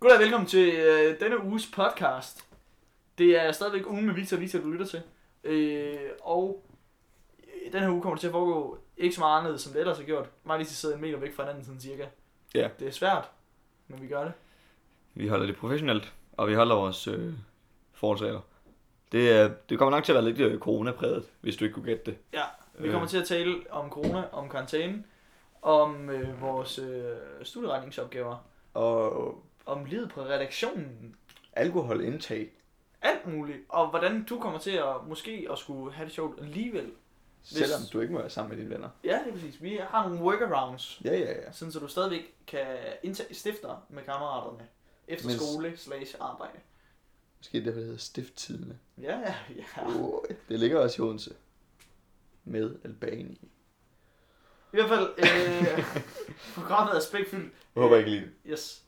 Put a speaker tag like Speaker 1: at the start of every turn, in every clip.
Speaker 1: Goddag og velkommen til øh, denne uges podcast. Det er stadigvæk ugen med Victor og Victor, du lytter til. Øh, og øh, den her uge kommer det til at foregå ikke så meget anderledes, som det ellers har gjort. Mig lige til at sidde en meter væk fra hinanden, sådan cirka.
Speaker 2: Ja.
Speaker 1: Det er svært, men vi gør det.
Speaker 2: Vi holder det professionelt, og vi holder vores øh, forholdsregler. Det, er, det kommer nok til at være lidt øh, coronapræget, hvis du ikke kunne gætte det.
Speaker 1: Ja, vi
Speaker 2: Øh.
Speaker 1: kommer til at tale om corona, om karantæne, om øh, vores øh, studieretningsopgaver,
Speaker 2: Og
Speaker 1: om livet på redaktionen,
Speaker 2: alkoholindtag.
Speaker 1: alt muligt, og hvordan du kommer til at måske at skulle have det sjovt alligevel.
Speaker 2: Selvom du ikke må være sammen med dine venner.
Speaker 1: Ja, det er præcis. Vi har nogle workarounds,
Speaker 2: Ja, ja, ja.
Speaker 1: Sådan så du stadigvæk kan indtage stifter med kammeraterne efter
Speaker 2: Mens-
Speaker 1: skole slash arbejde.
Speaker 2: Måske det, der hedder stifttidene.
Speaker 1: Ja, ja, ja.
Speaker 2: Oh, det ligger også i Odense. Med Albani.
Speaker 1: I hvert fald, øh, programmet er spækfyldt.
Speaker 2: Jeg håber ikke lige det.
Speaker 1: Yes.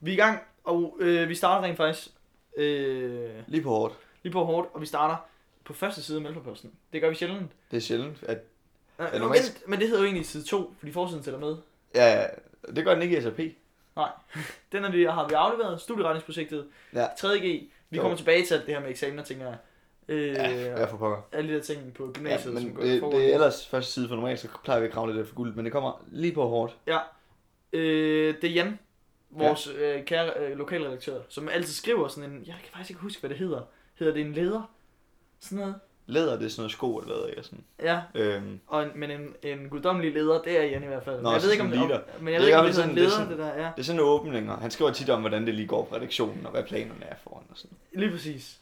Speaker 1: Vi er i gang, og øh, vi starter rent faktisk øh,
Speaker 2: Lige på hårdt.
Speaker 1: lige på hårdt, og vi starter på første side af Mælkeposten. Det gør vi sjældent.
Speaker 2: Det er sjældent, at...
Speaker 1: Nej,
Speaker 2: Ja,
Speaker 1: nu
Speaker 2: normalt-
Speaker 1: vent, men det hedder jo egentlig side 2, fordi forsiden tæller med.
Speaker 2: Ja, det gør den ikke i SAP.
Speaker 1: Den er vi, har vi afleveret, studieretningsprojektet,
Speaker 2: Ja.
Speaker 1: 3.G. Vi
Speaker 2: Jo.
Speaker 1: kommer tilbage til alt det her med eksamener, tænker jeg. Øh,
Speaker 2: Ja, for pokker.
Speaker 1: alle de der ting på
Speaker 2: Ja,
Speaker 1: gymnasiet, ja, som
Speaker 2: men
Speaker 1: går
Speaker 2: det,
Speaker 1: forud.
Speaker 2: det, er ellers første side, for normalt så plejer vi at grave lidt af for guld, men det kommer lige på hårdt.
Speaker 1: Øh, det er Jan, vores ja. øh, kære øh, lokalredaktør, som altid skriver sådan en, jeg kan faktisk ikke huske, hvad det hedder. Hedder det en leder? Sådan noget.
Speaker 2: Læder det er sådan noget sko eller hvad, ikke? Og Sådan.
Speaker 1: Ja,
Speaker 2: Øhm,
Speaker 1: og en, men en, en guddommelig leder, det er Jan i hvert fald.
Speaker 2: Nå,
Speaker 1: jeg
Speaker 2: så
Speaker 1: ved ikke, om
Speaker 2: sådan
Speaker 1: det, om,
Speaker 2: leader.
Speaker 1: men jeg
Speaker 2: Det
Speaker 1: ved
Speaker 2: er
Speaker 1: ikke,
Speaker 2: i
Speaker 1: om
Speaker 2: hvert
Speaker 1: det
Speaker 2: fald
Speaker 1: hedder en
Speaker 2: sådan, det er
Speaker 1: leder,
Speaker 2: sådan-
Speaker 1: det der er.
Speaker 2: det er sådan nogle åbninger. Han skriver tit om, hvordan det lige går på redaktionen, og hvad planerne er foran og sådan.
Speaker 1: Lige præcis.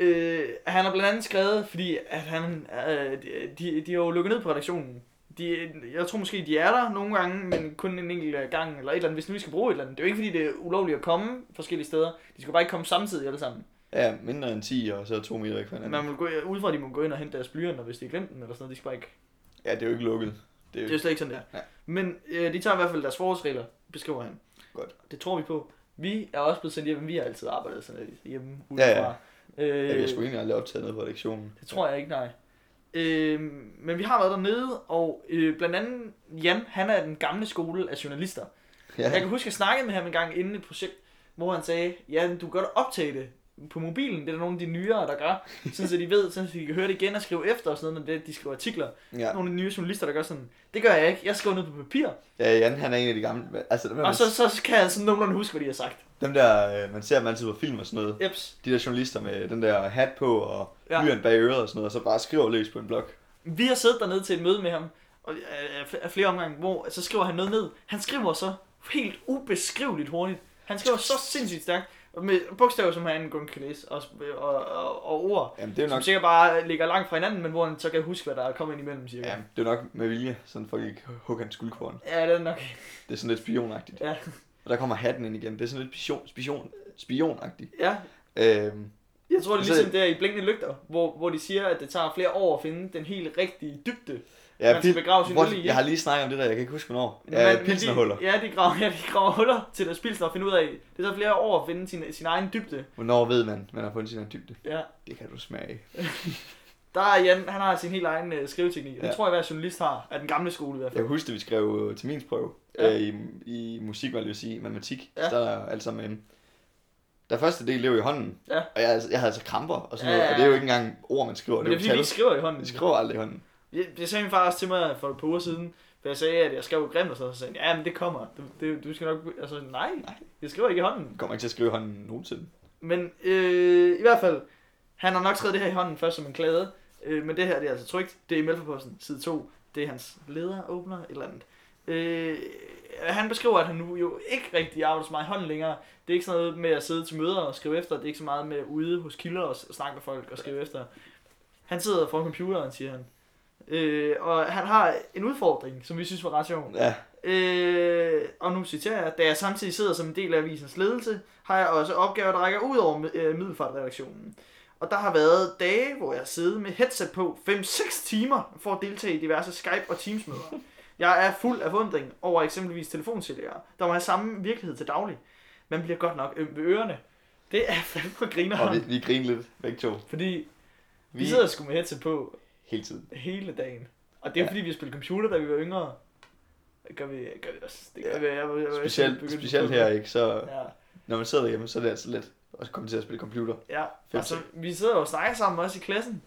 Speaker 1: Øh, han har blandt andet skrevet, fordi at han, øh, de, de, de er jo lukket ned på redaktionen. De, jeg tror måske, de er der nogle gange, men kun en enkelt øh, gang eller et eller andet, hvis nu vi skal bruge et eller andet. Det er jo ikke, fordi det er ulovligt at komme forskellige steder. De skal bare ikke komme samtidig alle sammen.
Speaker 2: Ja, mindre end 10, og så er to meter væk fra
Speaker 1: Men
Speaker 2: hinanden.
Speaker 1: man vil gå ud fra, at de må gå ind og hente deres blyanter, hvis de har glemt den eller sådan noget. De skal bare ikke...
Speaker 2: Ja, det er jo ikke lukket. Det er
Speaker 1: Det
Speaker 2: jo
Speaker 1: er jo slet ikke sådan, det er.
Speaker 2: Ja.
Speaker 1: Men øh, de tager i hvert fald deres forholdsregler, beskriver han.
Speaker 2: Godt.
Speaker 1: Det tror vi på. Vi er også blevet sendt hjem, men vi har altid arbejdet sådan lidt hjemme
Speaker 2: Ja, ja.
Speaker 1: udefra. Ja, ja.
Speaker 2: Ja,
Speaker 1: Øh,
Speaker 2: vi har sgu egentlig aldrig optaget noget på redaktionen.
Speaker 1: Det tror jeg ikke, nej. Øh, men vi har været dernede, og øh, blandt andet Jan, han er den gamle skole af journalister.
Speaker 2: Ja,
Speaker 1: Jeg kan huske, jeg snakkede med ham en gang inden et projekt, hvor han sagde, ja, du kan godt optage det på mobilen. Det er der nogle af de nyere, der gør. Sådan så de ved, sådan så de kan høre det igen og skrive efter og sådan noget, når det- de skriver artikler.
Speaker 2: ja.
Speaker 1: Nogle af de nye journalister, der gør sådan, det gør jeg ikke. Jeg skriver ned på papir.
Speaker 2: ja Jan, han er en af de gamle. men- Altså, dem, der,
Speaker 1: Og så, så kan jeg sådan nogenlunde huske, hvad de har sagt.
Speaker 2: dem der, øh, man ser dem altid på film og sådan noget.
Speaker 1: Eps.
Speaker 2: De der journalister med den der hat på og
Speaker 1: Ja.
Speaker 2: ja. bag øret og sådan noget, og så bare skriver løs på en blog.
Speaker 1: Vi har siddet dernede til et møde med ham, og øh, af fl- af flere omgange, hvor så skriver han noget ned. Han skriver så helt ubeskriveligt hurtigt. Han skriver så sindssygt stærkt, og med bogstaver, som han kun kan læse, og, og, og, og ord,
Speaker 2: Jamen, det er jo
Speaker 1: som
Speaker 2: nok,
Speaker 1: sikkert bare ligger langt fra hinanden, men hvor han så kan huske, hvad der er kommet ind imellem, cirka.
Speaker 2: ja, det er jo nok med vilje, sådan folk ikke hugger hans guldkorn.
Speaker 1: Ja, det er nok.
Speaker 2: Det er sådan lidt spionagtigt.
Speaker 1: Ja.
Speaker 2: Og der kommer hatten ind igen. Det er sådan lidt spion, spion, spionagtigt.
Speaker 1: Ja,
Speaker 2: Øhm,
Speaker 1: jeg tror, det er
Speaker 2: Så-
Speaker 1: ligesom der i Blinkende Lygter, hvor, hvor de siger, at det tager flere år at finde den helt rigtige dybde.
Speaker 2: Ja,
Speaker 1: Man skal
Speaker 2: pil-
Speaker 1: begrave sin
Speaker 2: Hvor-
Speaker 1: øl i, ikke?
Speaker 2: Jeg har lige snakket om det der, jeg kan ikke huske hvornår.
Speaker 1: Men man-
Speaker 2: Ja,
Speaker 1: men
Speaker 2: pilsnerhuller.
Speaker 1: De, ja, de graver, ja, de graver huller til deres pilsner og finde ud af. Det tager flere år at finde sin, sin egen dybde.
Speaker 2: Hvornår ved man, man har fundet sin egen dybde?
Speaker 1: Ja.
Speaker 2: Det kan du smage.
Speaker 1: Der er Jan, han har sin helt egen øh, skriveteknik. Ja. Det
Speaker 2: Ja.
Speaker 1: tror jeg, hver journalist har. Af den gamle skole i hvert
Speaker 2: Jeg
Speaker 1: fald.
Speaker 2: kan huske, at vi skrev øh, til min prøve
Speaker 1: Ja.
Speaker 2: ja. øh, i, i musik, var det jo sige, i matematik.
Speaker 1: Ja.
Speaker 2: Ja. Der er alt sammen inde. Der første del, det var jo i hånden.
Speaker 1: Ja.
Speaker 2: Og jeg, jeg havde altså kramper og sådan
Speaker 1: Ja,
Speaker 2: noget,
Speaker 1: ja,
Speaker 2: og det er jo
Speaker 1: ja.
Speaker 2: ikke engang ord, man skriver.
Speaker 1: Men det er
Speaker 2: det
Speaker 1: fordi,
Speaker 2: er
Speaker 1: vi
Speaker 2: jo
Speaker 1: ikke skriver i hånden.
Speaker 2: Vi skriver aldrig i hånden.
Speaker 1: Jeg, jeg sagde min far også til mig for et par uger siden, for jeg sagde, at jeg skrev grimt og sådan noget. Så sagde han, ja, men det kommer. Du, det, du skal nok... be-" Altså, nej,
Speaker 2: Nej.
Speaker 1: jeg skriver ikke i hånden.
Speaker 2: Vi kommer ikke til at skrive i hånden nogensinde.
Speaker 1: Men øh, i hvert fald, han har nok skrevet det her i hånden først som en klade. Øh, men det her, det er altså trygt. Det er i Mælkeposten, side 2. Det er hans leder, åbner, et eller andet. Øh, han beskriver, at han nu jo ikke rigtig arbejder så meget i hånden længere. Det er ikke sådan noget med at sidde til møder og skrive efter. Det er ikke så meget med ude hos kilder og s- og snakke med folk og skrive efter. Han sidder foran computeren, siger han. Øh, og han har en udfordring, som vi synes var ret sjov.
Speaker 2: Ja,
Speaker 1: Øh, og nu citerer jeg, da jeg samtidig sidder som en del af avisens ledelse, har jeg også opgaver, der rækker ud over øh, middelfartredaktionen. Og der har været dage, hvor jeg sidder med headset på 5-6 timer for at deltage i diverse Skype- og Teams-møder. Jeg er fuld af forundring over eksempelvis telefonsælgere, der må have samme virkelighed til daglig. Man bliver godt nok øm ved ørerne. Det er fandme
Speaker 2: og vi,
Speaker 1: griner,
Speaker 2: vi griner lidt begge to.
Speaker 1: fordi
Speaker 2: Vi,
Speaker 1: vi sidder sgu med headset på
Speaker 2: hele tiden.
Speaker 1: hele dagen. Og det er
Speaker 2: Ja.
Speaker 1: fordi, vi har spillet computer, da vi var yngre. Det gør vi, gør vi også. Det gør vi. Jeg, jeg, jeg,
Speaker 2: Specielt,
Speaker 1: begyndte-
Speaker 2: specielt her, ikke? Så
Speaker 1: Ja.
Speaker 2: når man sidder hjemme, så er det altså let at komme til at spille computer.
Speaker 1: ja.
Speaker 2: Fedt.
Speaker 1: Altså, vi sidder jo og snakker sammen også i klassen.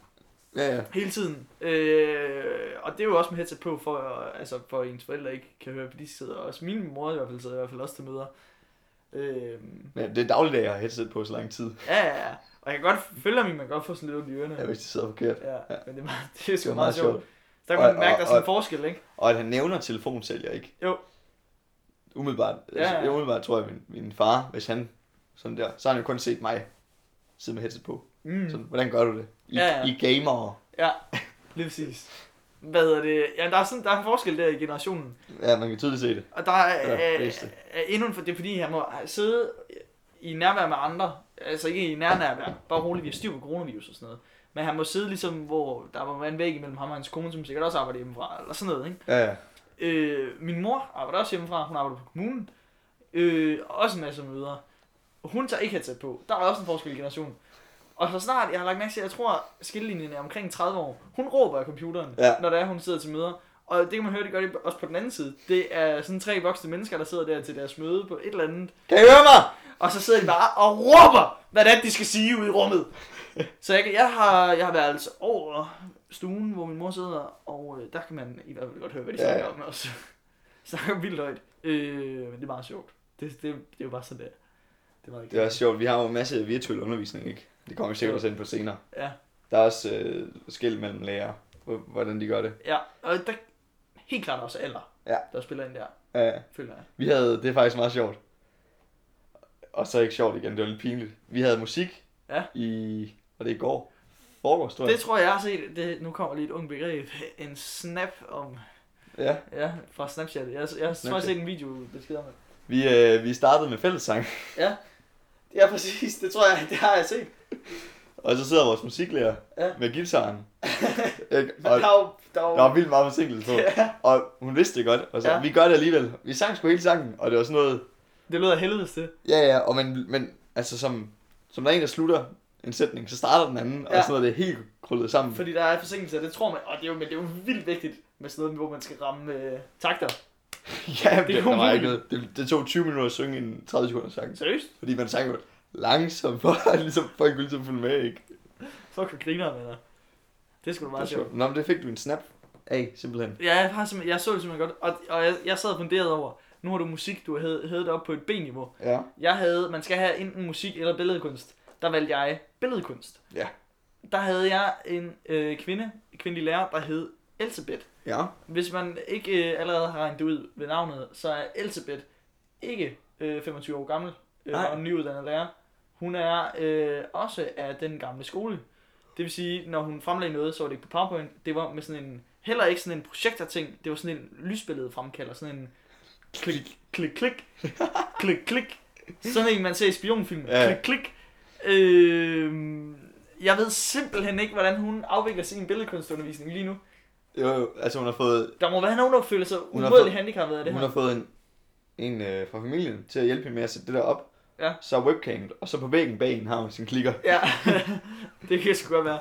Speaker 2: Ja, ja.
Speaker 1: Hele tiden. Øh, og det er jo også med headset på, for, at- altså, for at ens forældre ikke kan høre, for de sidder også. Min mor i hvert fald sidder i hvert fald også til møder. Øh,
Speaker 2: Men det er dagligdag, jeg har headset på så lang tid.
Speaker 1: ja, ja, ja. Og jeg kan godt følge, at man kan godt få sådan lidt ondt i ørerne.
Speaker 2: Ja, hvis det sidder forkert.
Speaker 1: Ja, men det er, meget, det er
Speaker 2: Det
Speaker 1: sgu
Speaker 2: var
Speaker 1: meget, meget sjovt. Så kan
Speaker 2: Og-
Speaker 1: man mærke, at der er sådan
Speaker 2: og-
Speaker 1: en forskel, ikke?
Speaker 2: Og at han nævner telefonsælger, ikke?
Speaker 1: Jo.
Speaker 2: Umiddelbart,
Speaker 1: Ja,
Speaker 2: ja, ja.
Speaker 1: ja.
Speaker 2: umiddelbart tror jeg, min, min far, hvis han sådan der, så har han jo kun set mig sidde med headset på. Mm. Sådan, hvordan gør du det? I,
Speaker 1: Ja, ja.
Speaker 2: I gamer.
Speaker 1: Ja, lige præcis. Hvad hedder det? Ja, der er, sådan, der er en forskel der i generationen.
Speaker 2: Ja, man kan tydeligt se det.
Speaker 1: Og der er,
Speaker 2: Ja,
Speaker 1: er,
Speaker 2: bedste.
Speaker 1: er endnu en for det, er fordi han må sidde i nærvær med andre. Altså ikke i nærnærvær, bare roligt, vi har styr på coronavirus og sådan noget. Men han må sidde ligesom, hvor der var en væg imellem ham og hans kone, som sikkert også arbejder hjemmefra, eller sådan noget, ikke?
Speaker 2: Ja, ja.
Speaker 1: Øh, min mor arbejder også hjemmefra, hun arbejder på kommunen. Øh, og også en masse møder. Hun tager ikke headset på. Der er også en forskel i generationen. Og så snart, jeg har lagt mærke til, jeg tror, skillelinjen er omkring 30 år. Hun råber af computeren,
Speaker 2: Ja.
Speaker 1: ja. når der er, hun sidder til møder. Og det kan man høre, det gør de også på den anden side. Det er sådan tre voksne mennesker, der sidder der til deres møde på et eller andet.
Speaker 2: Kan I høre mig?
Speaker 1: Og så sidder de bare og råber, hvad det er, de skal sige ude i rummet. Så jeg, kan- jeg har, jeg har været altså over stuen, hvor min mor sidder, og øh, der kan man i hvert fald godt høre, hvad de
Speaker 2: Ja,
Speaker 1: ja, snakker
Speaker 2: ja.
Speaker 1: om også. snakker vildt højt. Øh, men det er meget sjovt. Det, det, det er jo bare sådan der. Det er meget
Speaker 2: Det er også sjovt, vi har jo en masse virtuel undervisning, ikke? Det kommer vi sikkert også ind på senere.
Speaker 1: Ja,
Speaker 2: Der er også øh, skæld mellem lærer, hvordan de gør det.
Speaker 1: ja. Og der, helt klart også alder,
Speaker 2: Ja.
Speaker 1: der spiller ind der,
Speaker 2: Ja,
Speaker 1: føler jeg.
Speaker 2: vi havde, det er faktisk meget sjovt. Og så ikke sjovt igen, det var lidt pinligt. Vi havde musik
Speaker 1: Ja.
Speaker 2: i, var det i går? Forgårs, tror jeg.
Speaker 1: Det tror jeg har set. Det, nu kommer lige et ungt begreb. En snap om...
Speaker 2: Ja,
Speaker 1: Ja, fra Snapchat. Jeg, jeg, jeg tror, jeg har
Speaker 2: Snapchat.
Speaker 1: set en video besked om det.
Speaker 2: vi, øh, vi startede med fællessang.
Speaker 1: Ja, præcis. Det tror jeg, det har jeg set.
Speaker 2: Og så sidder vores musiklærer ja.
Speaker 1: Ja.
Speaker 2: med guitaren. Ikke?
Speaker 1: Men
Speaker 2: og
Speaker 1: der er jo... Der er jo...
Speaker 2: der var vildt meget forsinkelse på.
Speaker 1: Ja.
Speaker 2: Og hun vidste det godt, og så, ja.
Speaker 1: Ja.
Speaker 2: vi gør det alligevel. Vi sang sgu hele sangen, og det var sådan noget,
Speaker 1: Det lyder af helvedes til.
Speaker 2: ja ja, og men, men altså som, som der er en, der slutter en sætning, så starter den anden, ja.
Speaker 1: Ja.
Speaker 2: og sådan noget, det er helt krullet sammen.
Speaker 1: Fordi der er forsinkelse, og det tror man. Og det er jo, men det er jo vildt vigtigt med sådan noget, hvor man skal ramme øh, takter.
Speaker 2: ja, det,
Speaker 1: det er
Speaker 2: det, der var
Speaker 1: umuligt.
Speaker 2: ikke noget. Det, det, tog 20 minutter at synge en 30 sekunder sang,
Speaker 1: Seriøst?
Speaker 2: fordi man sang jo langsomt, for at ligesom, folk kunne ligesom følge med, ikke?
Speaker 1: Fuck, hvor griner med dig. Det er sgu da
Speaker 2: Det er
Speaker 1: meget sjovt.
Speaker 2: sjovt. Nå, men det fik du en snap af, simpelthen.
Speaker 1: Ja, jeg, har simpelthen- jeg så det simpelthen godt, og, og jeg, jeg sad og funderede over, nu har du musik, du havde, havde det op på et B-niveau.
Speaker 2: Ja.
Speaker 1: Jeg havde, man skal have enten musik eller billedkunst. Der valgte jeg billedkunst.
Speaker 2: Ja.
Speaker 1: Der havde jeg en øh, kvinde, en kvindelig lærer, der hed Elsebeth.
Speaker 2: Ja.
Speaker 1: Hvis man ikke øh, allerede har regnet det ud ved navnet, så er Elisabeth ikke øh, 25 år gammel øh,
Speaker 2: Nej.
Speaker 1: og nyuddannet lærer. Hun er øh, også af den gamle skole. Det vil sige, når hun fremlagde noget, så var det ikke på PowerPoint. Det var med sådan en, heller ikke sådan en projektorting. Det var sådan en lysbillede fremkalder. Sådan en klik, klik, klik, klik, klik. Sådan en, man ser i spionfilm.
Speaker 2: Ja.
Speaker 1: Klik, klik. Øh, jeg ved simpelthen ikke, hvordan hun afvikler sin billedkunstundervisning lige nu.
Speaker 2: Jo, jo, altså hun har fået
Speaker 1: Der må være nogen, der føler sig
Speaker 2: Hun har
Speaker 1: umådeligt
Speaker 2: fået-
Speaker 1: handicappet af det
Speaker 2: Hun
Speaker 1: her.
Speaker 2: har fået en, en øh, fra familien til at hjælpe hende med at sætte det der op.
Speaker 1: Ja.
Speaker 2: Så er webcamet, og så på væggen bag hende har hun sin klikker.
Speaker 1: Ja, det kan sgu godt være.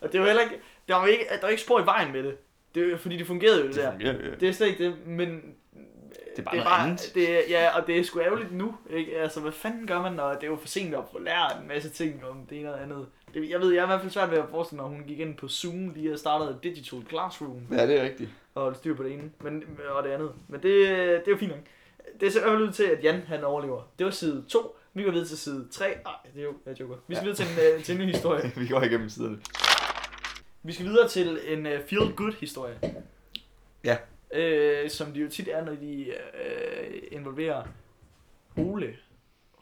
Speaker 1: Og det var heller ikke, der var ikke, der var ikke spor i vejen med det. det var, fordi det fungerede jo det der.
Speaker 2: fungerer, ja.
Speaker 1: Det er slet ikke det, men... Det
Speaker 2: er bare noget andet.
Speaker 1: Det, er- ja, og det er sgu ærgerligt nu, ikke? Altså, hvad fanden gør man, når det er jo for sent at få lært en masse ting om det ene og det andet. Det, jeg ved, jeg er i hvert fald svært ved at forestille mig, at hun gik ind på Zoom lige og startede Digital Classroom
Speaker 2: Ja, det er rigtigt.
Speaker 1: og holdt styr på det ene men, og det andet. Men det, det er jo fint nok. Det ser i hvert fald ud til, at Jan han overlever. Det var side 2. Vi går videre til side 3. Nej, det er jo, jeg joker. Vi skal videre til en, øh, til en ny historie.
Speaker 2: Vi går igennem siderne.
Speaker 1: Vi skal videre til en uh, feel-good-historie.
Speaker 2: Ja.
Speaker 1: Øh, som det jo tit er, når de øh, involverer Ole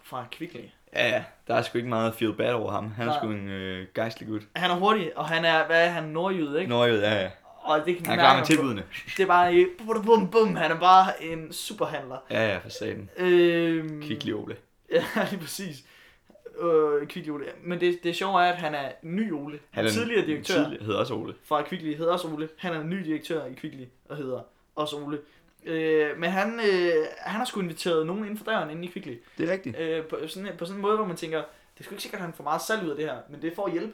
Speaker 1: fra Kvickly.
Speaker 2: Ja, ja. Der er sgu ikke meget feel bad over ham. Han er
Speaker 1: Nej.
Speaker 2: sgu en øh, gejstlig gut.
Speaker 1: Han er hurtig, og han er, hvad er han, nordjyde, ikke?
Speaker 2: Norge, ja, ja.
Speaker 1: Og det kan man
Speaker 2: Han er klar med
Speaker 1: mærke,
Speaker 2: tilbudene.
Speaker 1: det er bare, øh, bum, bum, bum, han er bare en superhandler.
Speaker 2: Ja, ja, for satan.
Speaker 1: Øhm,
Speaker 2: Kvickly Ole.
Speaker 1: Ja, lige præcis. Øh, Kvickly Ole. Men det, det sjove er, at han er ny Ole. Han
Speaker 2: Han er
Speaker 1: er
Speaker 2: en-
Speaker 1: tidligere direktør tidlig.
Speaker 2: Tidligere hedder også Ole.
Speaker 1: fra Kvickly hedder også Ole. Han er ny direktør i Kvickly og hedder også Ole. Øh, men han, øh, han har sgu inviteret nogen inden for døren inde i Kvickly.
Speaker 2: Det er rigtigt.
Speaker 1: Øh, på, sådan, på sådan en måde, hvor man tænker, det er sgu ikke sikkert, at han får meget salg ud af det her, men det er for at hjælpe.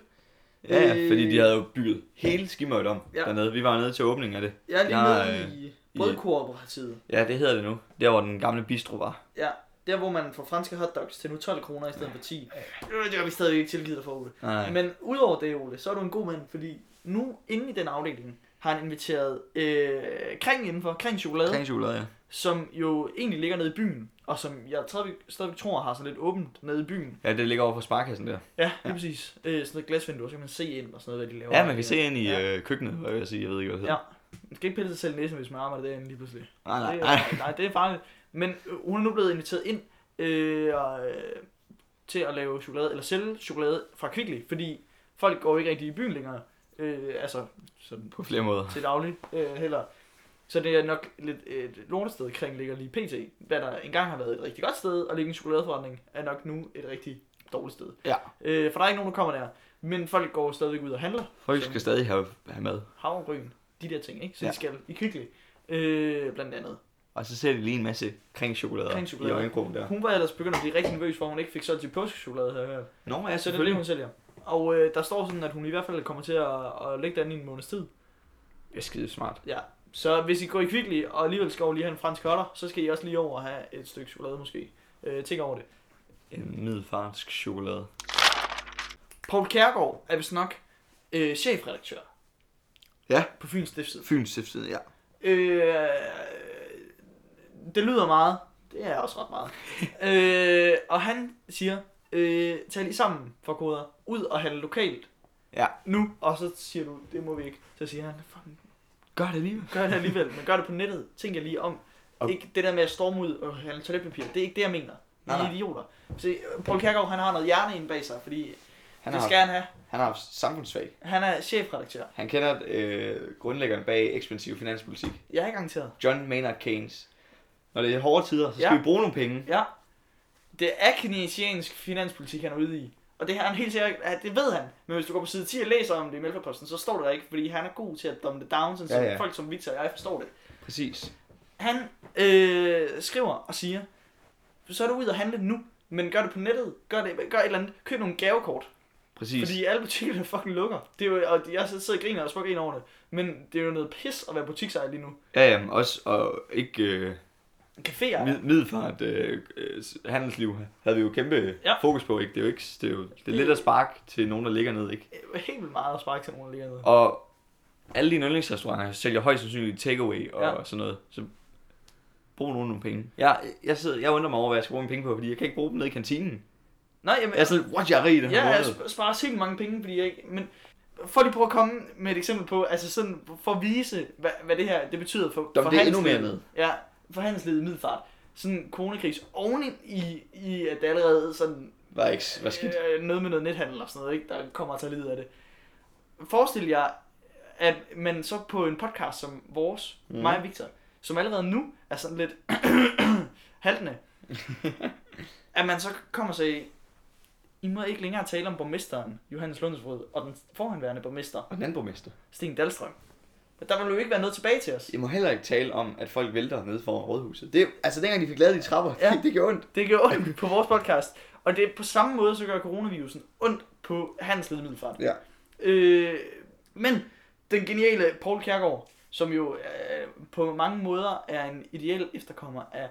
Speaker 2: Ja, ja, fordi de havde jo bygget hele skimøjt om
Speaker 1: Øh, Ja.
Speaker 2: dernede. Vi var nede til åbningen af det.
Speaker 1: Jeg er lige
Speaker 2: Jeg,
Speaker 1: nede i...
Speaker 2: I
Speaker 1: Brødkooperativet.
Speaker 2: Ja, det hedder det nu. Der hvor den gamle bistro var.
Speaker 1: Ja, der hvor man får franske hotdogs til nu 12 kroner i stedet for 10. Øh, Det har vi stadig ikke tilgivet dig for, Ole.
Speaker 2: Nej.
Speaker 1: Men udover det, Ole, så er du en god mand, fordi nu inde i den afdeling har han inviteret øh, kring indenfor, kring chokolade,
Speaker 2: Kring chokolade, ja.
Speaker 1: som jo egentlig ligger nede i byen, og som jeg stadigvæk, stadigvæk tror har sådan lidt åbent nede i byen.
Speaker 2: Ja, det ligger over for sparkassen der.
Speaker 1: Ja, lige ja. præcis. Øh, sådan noget glasvindue, så kan man se ind og sådan noget, hvad de laver.
Speaker 2: Ja, man kan se ind i
Speaker 1: Ja.
Speaker 2: øh, køkkenet, hvad vil jeg sige. Jeg ved ikke, hvad det hedder.
Speaker 1: Ja. Man skal ikke pille sig selv i næsen, hvis man arbejder derinde lige pludselig.
Speaker 2: Nej, nej,
Speaker 1: det,
Speaker 2: nej.
Speaker 1: er- nej, det er farligt. Men øh, hun er nu blevet inviteret ind øh, og, øh, til at lave chokolade, eller sælge chokolade fra Kvickly, fordi folk går ikke rigtig i byen længere. Øh, altså, sådan
Speaker 2: På flere måder.
Speaker 1: til daglig øh, heller. Så det er nok lidt øh, et lortested, kring ligger lige pt. Hvad der engang har været et rigtig godt sted, og ligge en chokoladeforretning, er nok nu et rigtig dårligt sted.
Speaker 2: Ja.
Speaker 1: Øh, for der er ikke nogen, der kommer der. Men folk går stadigvæk ud og handler.
Speaker 2: Folk
Speaker 1: Så-
Speaker 2: skal stadig have, have mad.
Speaker 1: havregryn, de der ting, ikke? Så ja.
Speaker 2: Ja.
Speaker 1: de skal i Kvickly, øh, blandt andet.
Speaker 2: Og så ser de lige en masse kringchokolader
Speaker 1: Kringchokolader.
Speaker 2: i øjenkrogen der.
Speaker 1: Hun var ellers begyndt at blive rigtig nervøs for, at hun ikke fik solgt til påskechokolade, havde jeg hørt.
Speaker 2: Nå, ja,
Speaker 1: Så det er det,
Speaker 2: selvfølgelig.
Speaker 1: hun sælger. Og øh, der står sådan, at hun i hvert fald kommer til at, at lægge den i en måneds tid.
Speaker 2: Ja, skide smart.
Speaker 1: Ja. Så hvis I går i Kvickly, og alligevel skal over lige have en fransk hotter, så skal I også lige over og have et stykke chokolade måske. Øh, tænk over det.
Speaker 2: En middelfarsk chokolade.
Speaker 1: Paul Kærgaard er vist nok øh, chefredaktør
Speaker 2: Ja.
Speaker 1: på Fyns Stiftstid.
Speaker 2: Fyns Stiftstid, ja.
Speaker 1: Øh, det lyder meget. Det er også ret meget. øh, og han siger, øh, tag lige sammen for koder. Ud og handle lokalt.
Speaker 2: Ja.
Speaker 1: Nu. Og så siger du, det må vi ikke. Så siger han, fucking
Speaker 2: Gør det alligevel.
Speaker 1: gør det alligevel, men gør det på nettet. Tænk jer lige om.
Speaker 2: Og-
Speaker 1: Ikke det der med at storme ud og handle toiletpapir. Det er ikke det, jeg mener.
Speaker 2: Nej,
Speaker 1: Nej,
Speaker 2: nej.
Speaker 1: er idioter. Se, Paul Kærgaard, han har noget hjerne inde bag sig, fordi
Speaker 2: Han
Speaker 1: det
Speaker 2: har,
Speaker 1: skal han have.
Speaker 2: han har samfundsfag.
Speaker 1: Han er chefredaktør.
Speaker 2: Han kender øh, grundlæggeren bag ekspansiv finanspolitik.
Speaker 1: Jeg er garanteret.
Speaker 2: John Maynard Keynes. Når det er hårde tider, så skal
Speaker 1: Ja.
Speaker 2: ja. vi bruge nogle penge.
Speaker 1: Ja. Det er keynesiansk finanspolitik, han er ude i. Og det har han helt sikkert, at det ved han. Men hvis du går på side 10 og læser om det i Mælkeposten, så står det der ikke, fordi han er god til at dumb det down, sådan
Speaker 2: Ja,
Speaker 1: ja, ja.
Speaker 2: ja.
Speaker 1: folk som Victor og jeg forstår det.
Speaker 2: Præcis.
Speaker 1: Han øh, skriver og siger, så er du ud og handle nu, men gør det på nettet, gør, det, gør et eller andet, køb nogle gavekort.
Speaker 2: Præcis. Fordi...
Speaker 1: Fordi alle butikkerne fucking lukker. Det er jo, og jeg sidder og griner og smukker ind over det. Men det er jo noget pis at være butiksejer lige nu.
Speaker 2: Ja, ja, men også og ikke øh,
Speaker 1: Caféer.
Speaker 2: mid, middelfart øh, øh, handelsliv havde vi jo kæmpe
Speaker 1: Ja.
Speaker 2: ja. fokus på, ikke? Det er jo ikke, det er jo det er lidt at spark til nogen, der ligger ned, ikke?
Speaker 1: er helt vildt meget at sparke til nogen lige hernede.
Speaker 2: Og alle dine yndlingsrestauranter sælger højst sandsynligt takeaway og
Speaker 1: Ja.
Speaker 2: ja. sådan noget. Så brug nogen nogle penge. Jeg, jeg, sidder, jeg undrer mig over, hvad jeg skal bruge mine penge på, fordi jeg kan ikke bruge dem nede i kantinen.
Speaker 1: Nej, jamen,
Speaker 2: Jeg er sådan, what, jeg er rig i den her
Speaker 1: Ja, jeg
Speaker 2: måned.
Speaker 1: sp- sparer sindssygt mange penge, fordi jeg ikke... Men for lige prøve at komme med et eksempel på, altså sådan for at vise, hvad, hvad det her det betyder for, for
Speaker 2: Nå, men det er endnu mere
Speaker 1: handelslivet. Ja, for handelslivet i middelfart. Sådan coronakris oven i- i, i, at det allerede sådan
Speaker 2: Var ikke, var skidt.
Speaker 1: øh, noget med noget nethandel og sådan noget, ikke, der kommer og tager livet af det. Forestil jer, at man så på en podcast som vores, mm.
Speaker 2: Mm.
Speaker 1: mig og Victor, som allerede nu er sådan lidt haltende, at man så kommer og siger, I må ikke længere tale om borgmesteren Johannes Lundsrød og den forhenværende borgmester
Speaker 2: Og den anden borgmester.
Speaker 1: Sten Dahlstrøm. Men der vil jo ikke være noget tilbage til os.
Speaker 2: I må heller ikke tale om, at folk vælter nede foran rådhuset. Det, altså, dengang de fik lavet de trapper,
Speaker 1: Ja.
Speaker 2: ja. det, det gjorde ondt.
Speaker 1: Det gør ondt på vores podcast. Og det er på samme måde, så gør coronavirusen ondt på handelsledet middelfart.
Speaker 2: Ja.
Speaker 1: Øh, men den geniale Paul Kjærgaard, som jo øh, på mange måder er en ideel efterkommer af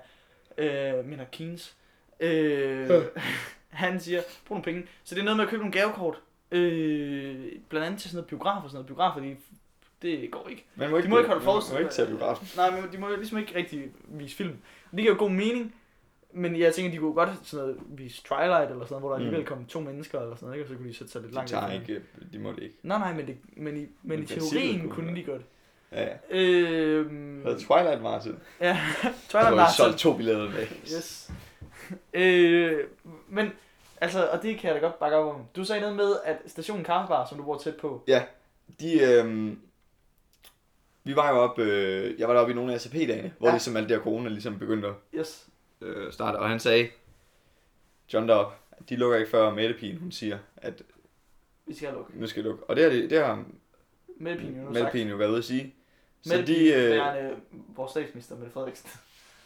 Speaker 1: øh, Maynard Keynes, øh,
Speaker 2: Ja.
Speaker 1: han siger, brug nogle penge. Så det er noget med at købe nogle gavekort. Øh, blandt andet til sådan noget biograf og sådan noget. Biografer, de, det går ikke.
Speaker 2: Man må
Speaker 1: De må ikke holde
Speaker 2: Man må
Speaker 1: forestillinger.
Speaker 2: ikke tage biografen.
Speaker 1: Nej, men de må jo ligesom ikke rigtig vise film. Det giver jo god mening, men jeg tænker, de kunne godt sådan noget, vise Twilight eller sådan noget, hvor der
Speaker 2: Mm.
Speaker 1: alligevel kom to mennesker eller sådan noget, ikke? og så kunne de sætte sig lidt
Speaker 2: De
Speaker 1: langt.
Speaker 2: tager
Speaker 1: væk.
Speaker 2: ikke, de må det ikke.
Speaker 1: Nej, nej, men, det, men i, men i
Speaker 2: Men princippet
Speaker 1: teorien
Speaker 2: kunne
Speaker 1: kunne
Speaker 2: man
Speaker 1: de godt.
Speaker 2: Ja, ja.
Speaker 1: Mm. Øhm,
Speaker 2: Hvad Twilight Martin?
Speaker 1: ja,
Speaker 2: Der
Speaker 1: Twilight
Speaker 2: var jo solgt
Speaker 1: Martin.
Speaker 2: to billetter med.
Speaker 1: Yes. øh, men, altså, og det kan jeg da godt bakke op om. Du sagde noget med, at stationen Carlsbar, som du bor tæt på,
Speaker 2: De, øhm, vi var jo op, øh, jeg var deroppe i nogle af SAP-dagene, hvor
Speaker 1: Ja.
Speaker 2: ja. ligesom alt det her corona ligesom begyndte at
Speaker 1: yes,
Speaker 2: øh, starte, og han sagde, John derop, at de lukker ikke før Mettepigen, hun siger, at
Speaker 1: vi skal lukke.
Speaker 2: nu skal I lukke. Og det har, de, det har
Speaker 1: Mette Pien, nu sagt.
Speaker 2: Mettepigen jo været ude at sige. Så
Speaker 1: Mette
Speaker 2: de,
Speaker 1: Pien,
Speaker 2: øh,
Speaker 1: der er, øh, vores statsminister, Mette Frederiksen.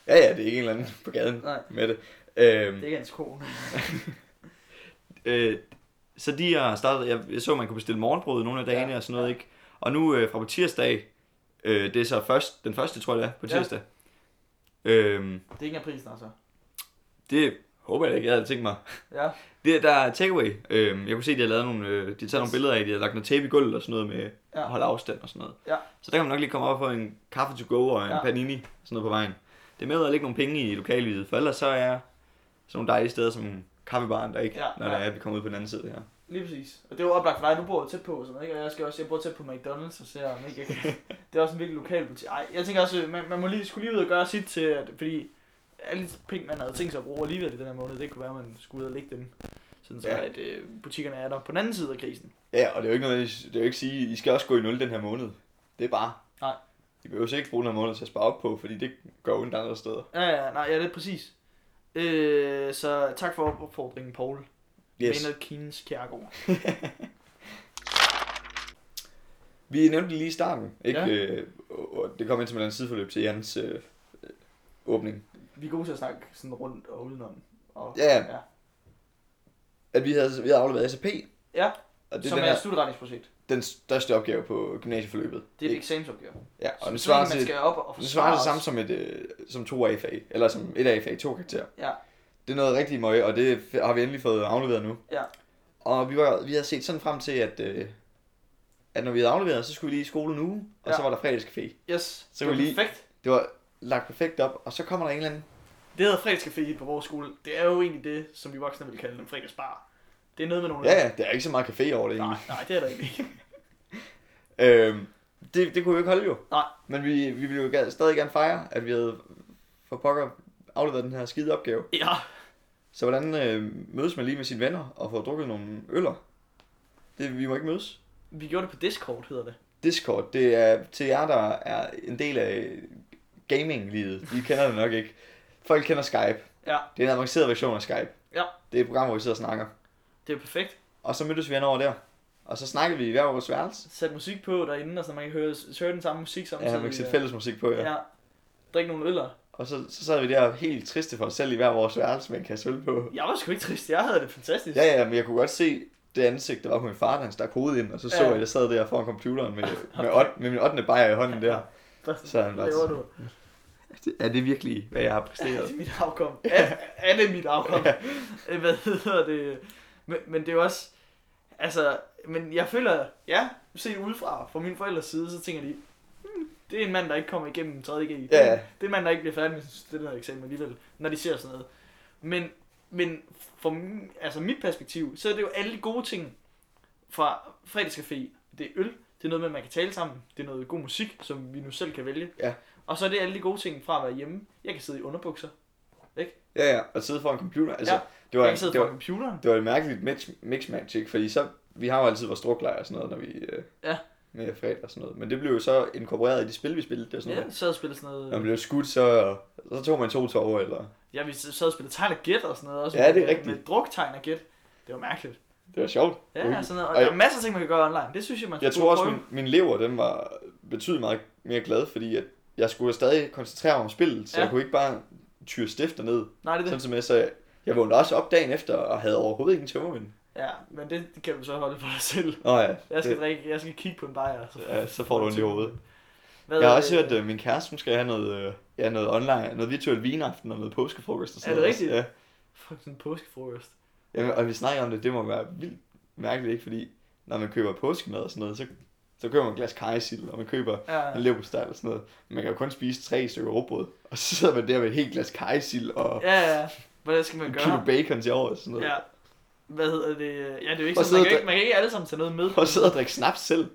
Speaker 2: ja ja, det er ikke en eller anden på gaden
Speaker 1: Nej.
Speaker 2: med det.
Speaker 1: Det
Speaker 2: Øhm,
Speaker 1: er ikke hans kone.
Speaker 2: øh, så de har startet, jeg, jeg så, at man kunne bestille morgenbrød nogle af dagene
Speaker 1: Ja,
Speaker 2: ja, og sådan noget,
Speaker 1: ja.
Speaker 2: ikke? Og nu øh, fra på tirsdag, Øh, det er så først, den første, tror jeg det er, på
Speaker 1: Ja.
Speaker 2: tirsdag. Ja. Øhm,
Speaker 1: Det er ikke altså. april snart, så.
Speaker 2: det håber jeg da ikke, jeg havde tænkt mig.
Speaker 1: Ja.
Speaker 2: Det, der er takeaway. Øhm, jeg kunne se, de har lavet nogle, øh, de har taget nogle billeder af, de har lagt noget tape i gulvet og sådan noget med
Speaker 1: Ja.
Speaker 2: ja. at holde afstand og sådan noget.
Speaker 1: Ja.
Speaker 2: Så der kan man nok lige komme op og få en kaffe to go og en
Speaker 1: Ja.
Speaker 2: ja. panini og sådan noget på vejen. Det er med at lægge nogle penge i lokallivet, for ellers så er sådan nogle dejlige steder som kaffebaren der ikke,
Speaker 1: Ja,
Speaker 2: ja. når
Speaker 1: ja.
Speaker 2: der er, at vi kommer ud på den anden side her.
Speaker 1: Lige præcis. Og det er jo oplagt for dig, du bor jo tæt på, og sådan, noget, ikke? og jeg skal også, jeg bor tæt på McDonald's, og ser om ikke, jeg kan- det er også en virkelig lokal butik. Ej, jeg tænker også, øh, man, man må lige, skulle lige ud og gøre sit til, at, fordi alle de penge, man havde tænkt sig at bruge alligevel i den her måned, det kunne være, at man skulle ud og lægge dem, sådan så
Speaker 2: Ja.
Speaker 1: at øh, butikkerne er der på den anden side af krisen.
Speaker 2: Ja, og det er jo ikke noget, det er jo ikke sige, I skal også gå i nul den her måned. Det er bare.
Speaker 1: Nej.
Speaker 2: I behøver så ikke bruge den her måned til at spare op på, fordi det går ondt andre steder.
Speaker 1: Ja, ja, nej, ja, det er præcis. Øh, så tak for opfordringen, Paul.
Speaker 2: Yes.
Speaker 1: Maynard Keynes Kjærgaard.
Speaker 2: Vi nævnte det lige i starten, ikke?
Speaker 1: Ja.
Speaker 2: Ja. Øh, og og det kom ind som en eller anden sideforløb til Jans øh, øh, åbning.
Speaker 1: Vi er gode til at snakke sådan rundt og udenom. Og,
Speaker 2: Ja.
Speaker 1: ja.
Speaker 2: At vi havde, vi havde afleveret SAP.
Speaker 1: Ja.
Speaker 2: Og det er
Speaker 1: Som
Speaker 2: den,
Speaker 1: er
Speaker 2: her,
Speaker 1: et studieretningsprojekt.
Speaker 2: den største opgave på gymnasieforløbet.
Speaker 1: Det er et
Speaker 2: ikke?
Speaker 1: eksamensopgave.
Speaker 2: Ja, og den
Speaker 1: Så
Speaker 2: svarer
Speaker 1: man
Speaker 2: til,
Speaker 1: skal op og
Speaker 2: den svarer til
Speaker 1: forsvare
Speaker 2: det samme
Speaker 1: os.
Speaker 2: som et øh, som to A-fag, eller som et A-fag, to karakterer.
Speaker 1: Ja.
Speaker 2: Det er noget rigtig møg, og det f- har vi endelig fået afleveret nu.
Speaker 1: Ja.
Speaker 2: Og vi, var, vi havde set sådan frem til, at, øh, at når vi havde afleveret, så skulle vi lige i skole nu, og
Speaker 1: Ja.
Speaker 2: så var der fredagscafé.
Speaker 1: Yes,
Speaker 2: Så
Speaker 1: det var
Speaker 2: vi lige-
Speaker 1: perfekt.
Speaker 2: Det var lagt perfekt op, og så kommer der en eller anden
Speaker 1: Det hedder fredagscafé på vores skole. Det er jo egentlig det, som vi voksne vil kalde en fredagsbar. Det er noget med nogle...
Speaker 2: Ja, ja, der er ikke så meget café over det
Speaker 1: Nej,
Speaker 2: egentlig.
Speaker 1: nej, det er der egentlig ikke.
Speaker 2: Øhm, det, det kunne vi jo ikke holde jo.
Speaker 1: Nej.
Speaker 2: Men vi, vi ville jo ga- stadig gerne fejre, at vi havde for pokker afleveret den her skide opgave.
Speaker 1: Ja,
Speaker 2: Så hvordan øh, mødes man lige med sine venner og får drukket nogle øller? Det, vi må ikke mødes.
Speaker 1: vi gjorde det på Discord, hedder det.
Speaker 2: Discord, det er til jer, der er en del af gaming-livet. I kender det nok ikke. Folk kender Skype.
Speaker 1: Ja.
Speaker 2: Det er en avanceret version af Skype.
Speaker 1: Ja.
Speaker 2: Det er et program, hvor vi sidder og snakker.
Speaker 1: Det er perfekt.
Speaker 2: Og så mødtes vi henover der. Og så snakkede vi i hver vores værelse.
Speaker 1: Sæt musik på derinde, og så man kan høre, høre den samme musik samtidig.
Speaker 2: Ja, man kan sætte fælles musik på,
Speaker 1: ja. Drik nogle øller.
Speaker 2: Og så, så sad vi der helt triste for os selv i hver vores værelse med en kasse øl på.
Speaker 1: Jeg var sgu ikke trist, jeg havde det fantastisk.
Speaker 2: Ja, ja, men jeg kunne godt se det ansigt, der var på min far, da han stak hovedet ind, og så så
Speaker 1: Ja.
Speaker 2: ja. jeg, at jeg sad der foran computeren med, med, ot, med min 8. bajer i hånden der. Så han
Speaker 1: Hvad laver
Speaker 2: bare,
Speaker 1: du?
Speaker 2: er det virkelig, hvad jeg har
Speaker 1: Ja, det
Speaker 2: præsteret?
Speaker 1: er mit afkom. Er, er det mit afkom?
Speaker 2: Ja.
Speaker 1: Øh, Hvad hedder det? Men, men det er jo også... Altså, men jeg føler... Ja, set udefra, fra mine forældres side, så tænker de... "Hmm, Det er en mand, der ikke kommer igennem 3.G. Det,
Speaker 2: Ja, ja.
Speaker 1: det er en mand, der ikke bliver færdig med den her eksamen alligevel, når de ser sådan noget. Men, men fra min- altså mit perspektiv, så er det jo alle de gode ting fra fredagscafé. Det er øl, det er noget med, at man kan tale sammen, det er noget god musik, som vi nu selv kan vælge.
Speaker 2: Ja.
Speaker 1: Og så er det alle de gode ting fra at være hjemme. Jeg kan sidde i underbukser,
Speaker 2: Ja, ja, og sidde foran computer. Altså,
Speaker 1: Ja.
Speaker 2: ja. det,
Speaker 1: jeg
Speaker 2: var,
Speaker 1: kan sidde
Speaker 2: det,
Speaker 1: foran
Speaker 2: var,
Speaker 1: computeren.
Speaker 2: det var et mærkeligt mix, mix-match, ikke? Fordi så, vi har jo altid vores druklejr og sådan noget, når vi... Øh,
Speaker 1: Ja.
Speaker 2: Med fredag og sådan noget. Men det blev jo så inkorporeret i de spil, vi spillede. Det var sådan
Speaker 1: Ja,
Speaker 2: noget.
Speaker 1: vi sad og spillede sådan
Speaker 2: Ja.
Speaker 1: noget...
Speaker 2: Når man blev skudt, så, så tog man to tårer, eller...
Speaker 1: Ja, vi sad og spillede tegn og gæt og sådan noget også.
Speaker 2: Ja, det er
Speaker 1: med-
Speaker 2: rigtigt.
Speaker 1: Med druktegn og gæt. Det var mærkeligt.
Speaker 2: Det var sjovt.
Speaker 1: Ja,
Speaker 2: Det var
Speaker 1: ja, sådan noget. Og
Speaker 2: Ej.
Speaker 1: der er masser af ting, man kan gøre online. Det synes jeg, man
Speaker 2: Jeg
Speaker 1: skulle
Speaker 2: tror også,
Speaker 1: prøve.
Speaker 2: min, min lever den var betydeligt meget mere glad, fordi at jeg skulle stadig koncentrere mig om spillet, så
Speaker 1: Ja.
Speaker 2: ja. jeg kunne ikke bare tyre stifter ned.
Speaker 1: Nej, det er
Speaker 2: Sådan
Speaker 1: det.
Speaker 2: som jeg, så jeg, jeg vågnede også op dagen efter og havde overhovedet ingen tømmermænd.
Speaker 1: Ja, men det kan du så holde for dig selv.
Speaker 2: Nå ja,
Speaker 1: Jeg skal,
Speaker 2: det,
Speaker 1: drikke, jeg skal kigge på en bajer. Så,
Speaker 2: ja, så får du ondt i hovedet.
Speaker 1: Hvad,
Speaker 2: Jeg har også
Speaker 1: øh,
Speaker 2: hørt, at min kæreste hun skal have noget, øh, ja, noget online, noget virtuel vinaften og noget påskefrokost og sådan
Speaker 1: Er det
Speaker 2: noget også.
Speaker 1: rigtigt?
Speaker 2: Ja.
Speaker 1: Fuck, sådan en påskefrokost.
Speaker 2: Jamen, og vi snakker om det, det må være vildt mærkeligt, ikke? Fordi når man køber påskemad og sådan noget, så, så køber man et glas kajsild, og man køber
Speaker 1: Ja,
Speaker 2: en leverpostej eller sådan noget. Men man kan jo kun spise tre stykker råbrød. Og så sidder man der med et helt glas kajsild og
Speaker 1: ja, ja. Hvordan skal man
Speaker 2: en kilo
Speaker 1: gøre?
Speaker 2: bacon til over og sådan noget.
Speaker 1: Ja. Hvad hedder det? Ja, det er jo ikke
Speaker 2: Og
Speaker 1: sådan, man
Speaker 2: sidde
Speaker 1: kan
Speaker 2: og
Speaker 1: ikke, man kan ikke alle sammen tage noget med.
Speaker 2: Og sidder og drikke snaps selv.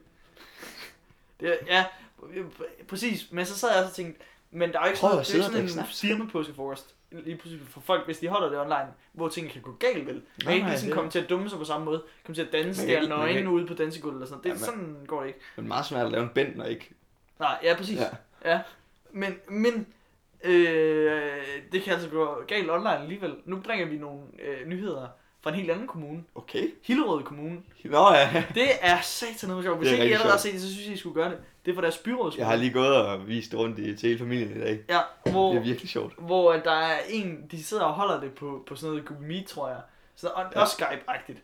Speaker 1: Det, er- ja, pr- præcis. Men så sad jeg også og tænkte, men der er jo ikke
Speaker 2: Prøv
Speaker 1: sådan,
Speaker 2: at
Speaker 1: det er jo
Speaker 2: sidde og
Speaker 1: ikke
Speaker 2: drikke
Speaker 1: sådan en
Speaker 2: snaps.
Speaker 1: firma på forrest. Lige pludselig for folk, hvis de holder det online, hvor ting kan gå galt vel. Man kan
Speaker 2: Nej,
Speaker 1: ikke
Speaker 2: nej,
Speaker 1: ligesom
Speaker 2: det-
Speaker 1: komme til at dumme sig på samme måde. Komme til at danse
Speaker 2: Man kan
Speaker 1: der
Speaker 2: ikke- man kan
Speaker 1: nøgen
Speaker 2: ikke-
Speaker 1: ude på dansegulvet eller sådan. Det,
Speaker 2: Ja, man-
Speaker 1: sådan går det ikke.
Speaker 2: Men meget svært at lave en bænd, når ikke...
Speaker 1: Nej, ja, præcis. Ja.
Speaker 2: Ja.
Speaker 1: ja. Men, men øh, det kan altså gå galt online alligevel. Nu bringer vi nogle øh, nyheder fra en helt anden kommune.
Speaker 2: Okay.
Speaker 1: Hillerød Kommune.
Speaker 2: Nå ja.
Speaker 1: Det er satan noget sjovt. Hvis
Speaker 2: Det
Speaker 1: ikke
Speaker 2: er
Speaker 1: I
Speaker 2: rigtig
Speaker 1: allerede har
Speaker 2: sjovt.
Speaker 1: set det, så synes jeg, I skulle gøre det. Det er for deres byrådsmøde.
Speaker 2: Jeg har lige gået og vist rundt i, til hele familien i dag.
Speaker 1: Ja, hvor,
Speaker 2: Det er virkelig sjovt.
Speaker 1: hvor at der er en, de sidder og holder det på, på sådan noget Google Meet, tror jeg. Så, og, ja.
Speaker 2: Ja.
Speaker 1: Også Skype-agtigt.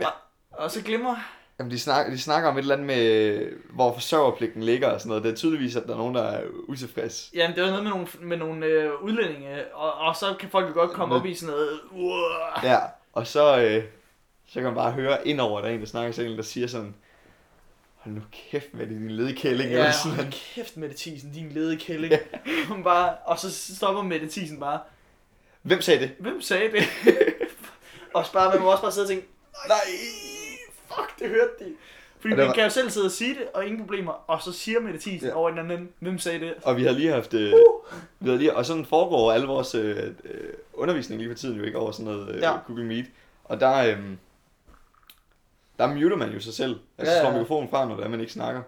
Speaker 1: Ja. Og, og så glemmer
Speaker 2: Jamen, de, snak, de snakker om et eller andet med, øh, hvor forsørgerpligten ligger og sådan noget. Det er tydeligvis, at der er nogen, der er utilfreds.
Speaker 1: Jamen, det var noget med nogle, med nogle øh, udlændinge, og, og så kan folk jo godt komme
Speaker 2: Men-
Speaker 1: op i sådan noget... Uh,
Speaker 2: Ja, og så, øh, så kan man bare høre indover, at der er en, der snakker til en, der siger sådan, hold nu kæft med det, din ledekælling, ja.
Speaker 1: ja,
Speaker 2: eller sådan
Speaker 1: hold
Speaker 2: noget.
Speaker 1: kæft, Mette Thiesen, din lede kælling. Hun bare, og så stopper Mette Thiesen bare,
Speaker 2: Hvem sagde det?
Speaker 1: hvem sagde det? og så bare, man må også bare sidde og tænke, nej, fuck, det hørte de. Fordi
Speaker 2: Og det
Speaker 1: man
Speaker 2: var-
Speaker 1: kan jo selv sidde og sige det, og ingen problemer, og så siger Mette Thiesen
Speaker 2: Ja.
Speaker 1: ja. over en anden, hvem sagde det?
Speaker 2: Og vi har lige haft... Øh,
Speaker 1: Uh.
Speaker 2: vi havde lige, og sådan foregår alle vores øh, øh, undervisning lige for tiden jo ikke over sådan noget øh, ja.
Speaker 1: Ja.
Speaker 2: Google Meet. Og der, øh, der muter man jo sig selv. Altså
Speaker 1: Ja, ja,
Speaker 2: ja, ja, ja.
Speaker 1: ja.
Speaker 2: slår mikrofonen fra, når det er, man ikke snakker.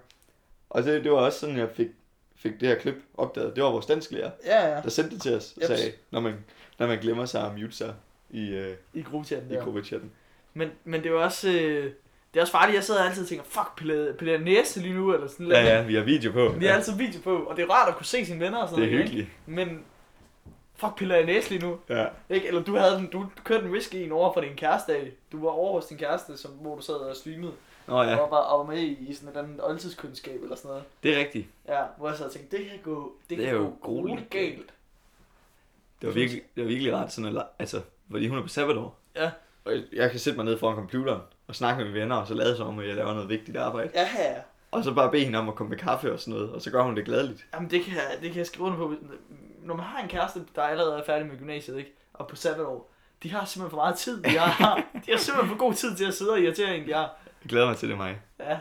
Speaker 2: Og det, det var også sådan, jeg fik, fik det her klip opdaget. Det var vores dansklærer,
Speaker 1: Ja, ja,
Speaker 2: der sendte det til os og
Speaker 1: Jeps.
Speaker 2: sagde, når man, når man glemmer sig at mute sig i, øh,
Speaker 1: i gruppechatten
Speaker 2: i
Speaker 1: der.
Speaker 2: gruppechatten.
Speaker 1: Men, men det er jo også, øh, det er også farligt, jeg sidder altid og tænker, fuck, piller, piller næse lige nu, eller sådan
Speaker 2: Ja, ja, vi har video på.
Speaker 1: Vi har
Speaker 2: Ja,
Speaker 1: altid video på, og det er rart at kunne se sine venner og sådan
Speaker 2: det er
Speaker 1: noget, ikke?
Speaker 2: hyggeligt.
Speaker 1: Men fuck, piller jeg næse lige nu,
Speaker 2: Ja.
Speaker 1: ikke? Eller du havde den, du kørte en whisky en over for din kæreste af. Du var over hos din kæreste, som, hvor du sad og streamede,
Speaker 2: Nå
Speaker 1: ja.
Speaker 2: ja,
Speaker 1: og, var, og var med i, i sådan et eller andet oldtidskundskab eller sådan noget.
Speaker 2: det er rigtigt.
Speaker 1: Ja, hvor jeg sad og tænkte, det kan gå, det,
Speaker 2: Det
Speaker 1: kan
Speaker 2: er jo
Speaker 1: gå grueligt
Speaker 2: grueligt galt.
Speaker 1: galt.
Speaker 2: Det var virkelig, det var virkelig rart sådan at, la- altså, fordi hun er på sabbatår.
Speaker 1: Ja.
Speaker 2: Og jeg- jeg kan sætte mig ned foran computeren og snakke med mine venner, og så lade som om, at jeg laver noget vigtigt arbejde.
Speaker 1: Ja, ja.
Speaker 2: Og så bare bede hende om at komme med kaffe og sådan noget, og så gør hun det gladeligt.
Speaker 1: Jamen, det kan, jeg- det kan jeg skrive under på. Når man har en kæreste, der allerede er færdig med gymnasiet, ikke? Og på sabbatår, de har simpelthen for meget tid, de har. de har simpelthen for god tid til at sidde og irritere en, de har.
Speaker 2: Jeg glæder mig til det, mig.
Speaker 1: Ja.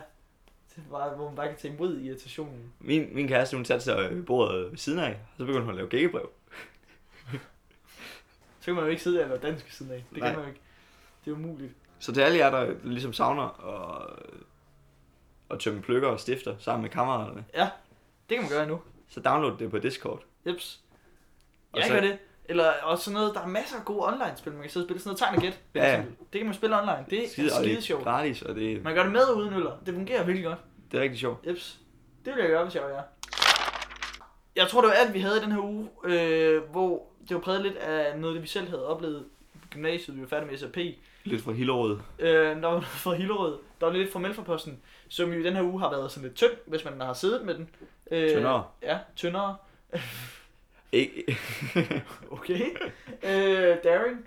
Speaker 1: Det er bare, hvor man bare kan tage imod irritationen.
Speaker 2: Min, min kæreste, hun satte sig ved bordet ved siden af, og så begyndte hun at lave gækkebrev.
Speaker 1: Så kan man jo ikke sidde og lave dansk ved siden af. Det
Speaker 2: Nej.
Speaker 1: kan man jo ikke. Det er umuligt.
Speaker 2: Så til alle jer, der ligesom savner at, at tømme pløkker og stifter sammen med kammeraterne,
Speaker 1: Det kan man gøre nu.
Speaker 2: så download det på Discord.
Speaker 1: Jeps.
Speaker 2: Og
Speaker 1: Jeg
Speaker 2: så-
Speaker 1: gør det. Eller også sådan noget, der er masser af gode online-spil, man kan sidde og spille. Sådan noget tegn og gæt. for
Speaker 2: Ja, ja.
Speaker 1: eksempel. Det kan man spille online. Det er skide,
Speaker 2: og det
Speaker 1: skide
Speaker 2: er
Speaker 1: sjovt.
Speaker 2: gratis, og det,
Speaker 1: Man gør det med uden øller. Det fungerer virkelig godt.
Speaker 2: det er rigtig sjovt.
Speaker 1: Jeps. Det vil jeg gøre, hvis jeg var jer. Jeg tror, det var alt, vi havde i den her uge, øh, hvor det var præget lidt af noget, det vi selv havde oplevet i gymnasiet. Vi var færdige med SAP.
Speaker 2: Lidt fra Hillerød.
Speaker 1: Øh, der var noget fra Hillerød. Der var lidt fra Melforposten, som jo i den her uge har været sådan lidt tynd, hvis man har siddet med den. Øh,
Speaker 2: Tyndere.
Speaker 1: Ja, tyndere.
Speaker 2: Ikke...
Speaker 1: Okay. øh, daring.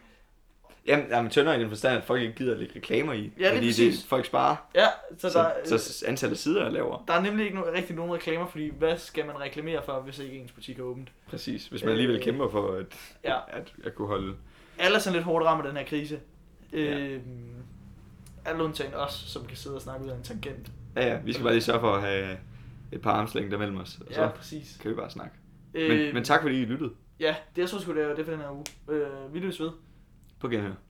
Speaker 2: Jamen, jamen tyndere i den forstand, at folk ikke gider at lægge reklamer i.
Speaker 1: lige
Speaker 2: fordi det,
Speaker 1: præcis.
Speaker 2: folk sparer,
Speaker 1: Ja, så,
Speaker 2: så,
Speaker 1: så der, øh,
Speaker 2: så, så antallet af sider er lavere.
Speaker 1: der er nemlig ikke no- rigtig nogen reklamer, fordi hvad skal man reklamere for, hvis ikke ens butik er åbent?
Speaker 2: Præcis, hvis man alligevel
Speaker 1: Øh,
Speaker 2: kæmper for at,
Speaker 1: Ja.
Speaker 2: at, at kunne holde...
Speaker 1: Alle er sådan lidt hårdt ramt af den her krise.
Speaker 2: Ja.
Speaker 1: Øh, alle undtagen os, som kan sidde og snakke ud af en tangent.
Speaker 2: Ja, ja, vi skal bare lige sørge for at have et par armslængder der mellem os, og
Speaker 1: Ja,
Speaker 2: så
Speaker 1: præcis.
Speaker 2: kan vi bare snakke.
Speaker 1: Øh,
Speaker 2: Men, men tak fordi I lyttede
Speaker 1: Ja, det jeg tror sgu, det er det for den her uge. Øh, vi løs ved.
Speaker 2: på genhør.